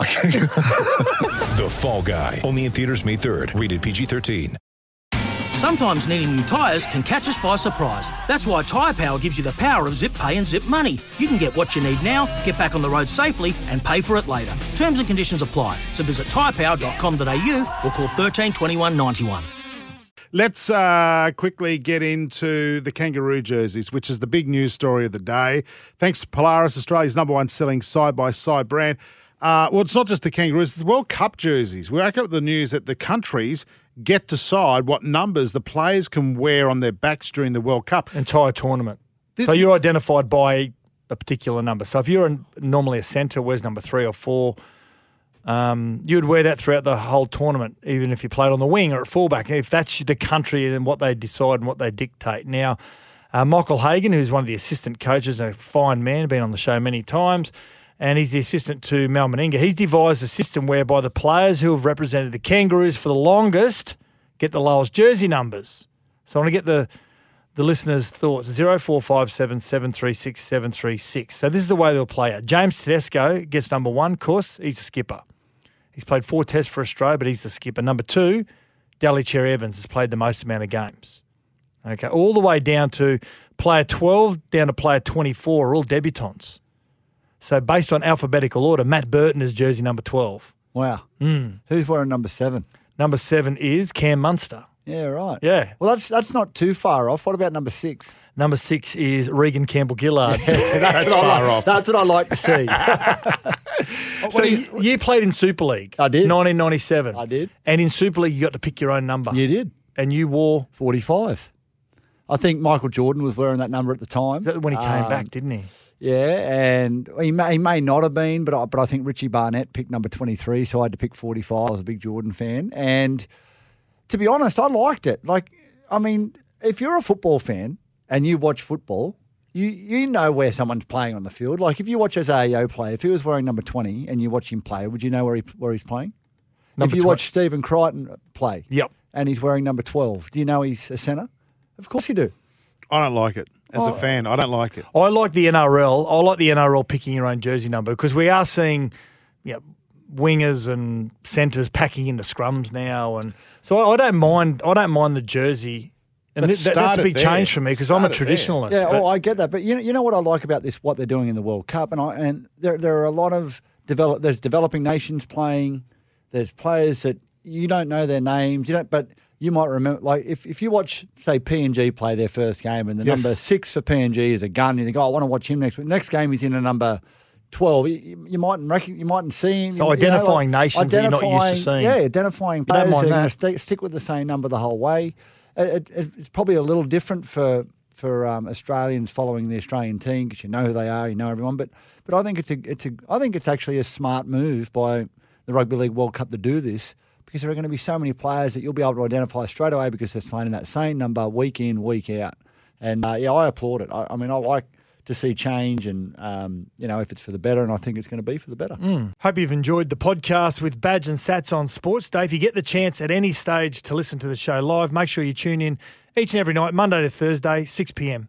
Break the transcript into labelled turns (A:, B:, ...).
A: The Fall Guy. Only in theaters May 3rd. Rated PG-13.
B: Sometimes needing new tyres can catch us by surprise. That's why Tyre Power gives you the power of zip pay and zip money. You can get what you need now, get back on the road safely, and pay for it later. Terms and conditions apply. So visit tyrepower.com.au or call 13 21 91.
C: Let's uh, quickly get into the kangaroo jerseys, which is the big news story of the day. Thanks to Polaris, Australia's number one selling side by side brand. Uh, well, it's not just the kangaroos, it's the World Cup jerseys. We wake up with the news that the countries get to decide what numbers the players can wear on their backs during the World Cup.
D: entire tournament.
C: Did-
D: so you're identified by a particular number. So if you're an, normally a centre, where's number three or four? Um, you'd wear that throughout the whole tournament, even if you played on the wing or at fullback. If that's the country and what they decide and what they dictate. Now, uh, Michael Hagan, who's one of the assistant coaches, a fine man, been on the show many times, and he's the assistant to Mal Meninga. He's devised a system whereby the players who have represented the Kangaroos for the longest get the lowest jersey numbers. So I want to get the the listeners' thoughts. Zero four five seven seven three six seven three six. So this is the way they'll play it. James Tedesco gets number one. Of course, he's a skipper. He's played four tests for Australia, but he's the skipper. Number two, Dally Cherry Evans has played the most amount of games. Okay, all the way down to player twelve, down to player twenty-four, are all debutants. So based on alphabetical order, Matt Burton is jersey number twelve.
E: Wow. Who's wearing number seven?
D: Number seven is Cam Munster.
E: Yeah, right.
D: Yeah.
E: Well, that's that's not too far off. What about number six?
D: Number six is Regan Campbell Gillard.
E: That's, what I like, That's what I like to see.
D: So you, you played in Super League.
E: I did.
D: 1997.
E: I did.
D: And in Super League, you got to pick your own number.
E: you did
D: And you wore.
E: forty-five. I think Michael Jordan was wearing that number at the time.
D: Is that when he came
E: Um,
D: back, didn't he?
E: Yeah, and he may, he may not have been, but I, but I think Richie Barnett picked number 23, so I had to pick 45. I was a big Jordan fan. And to be honest, I liked it. Like, I mean, if you're a football fan and you watch football, you, you know where someone's playing on the field. Like, if you watch Azaio play, if he was wearing number 20 and you watch him play, would you know where, he, where he's playing?
D: Number
E: if you
D: 20
E: watch Stephen Crichton play
D: Yep.
E: and he's wearing number 12, do you know he's a centre? Of course you do.
C: I don't like it. As a fan, I don't like it.
D: I like the NRL. I like the NRL picking your own jersey number because we are seeing you know, wingers and centres packing into scrums now, and so I, I don't mind. I don't mind the jersey, and
C: But
D: th- that, that's
C: start it
D: a big
C: there.
D: change for me because I'm a
C: Start it there.
D: traditionalist.
E: Yeah,
D: but-
E: oh, I get that, but you know, you know what I like about this, what they're doing in the World Cup, and I, and there there are a lot of develop. There's developing nations playing. There's players that you don't know their names. You don't, but you might remember. Like if, if you watch say PNG play their first game, and the
C: Yes.
E: number six for PNG is a gun, you think, oh, I want to watch him next. week. next game he's in a number. Twelve, you, you- you mightn't reckon, you mightn't see him.
D: So
E: you know,
D: identifying nations that you're not used to
E: identifying-
D: seeing.
E: Yeah, identifying
D: don't
E: players that
D: mind
E: are going
D: that.
E: to stick, stick with the same number the whole way. It, it, it's probably a little different for for um, Australians following the Australian team because you know who they are, you know everyone. But but I think it's a it's a I think it's actually a smart move by the Rugby League World Cup to do this because there are going to be so many players that you'll be able to identify straight away because they're playing that same number week in week out. And uh, yeah, I applaud it. I, I mean, I like to see change, and um, you know if it's for the better, and I think it's going to be for the better.
D: Hope you've enjoyed the podcast with Badge and Sats on Sports Day. If you get the chance at any stage to listen to the show live, make sure you tune in each and every night, Monday to Thursday, 6 p.m.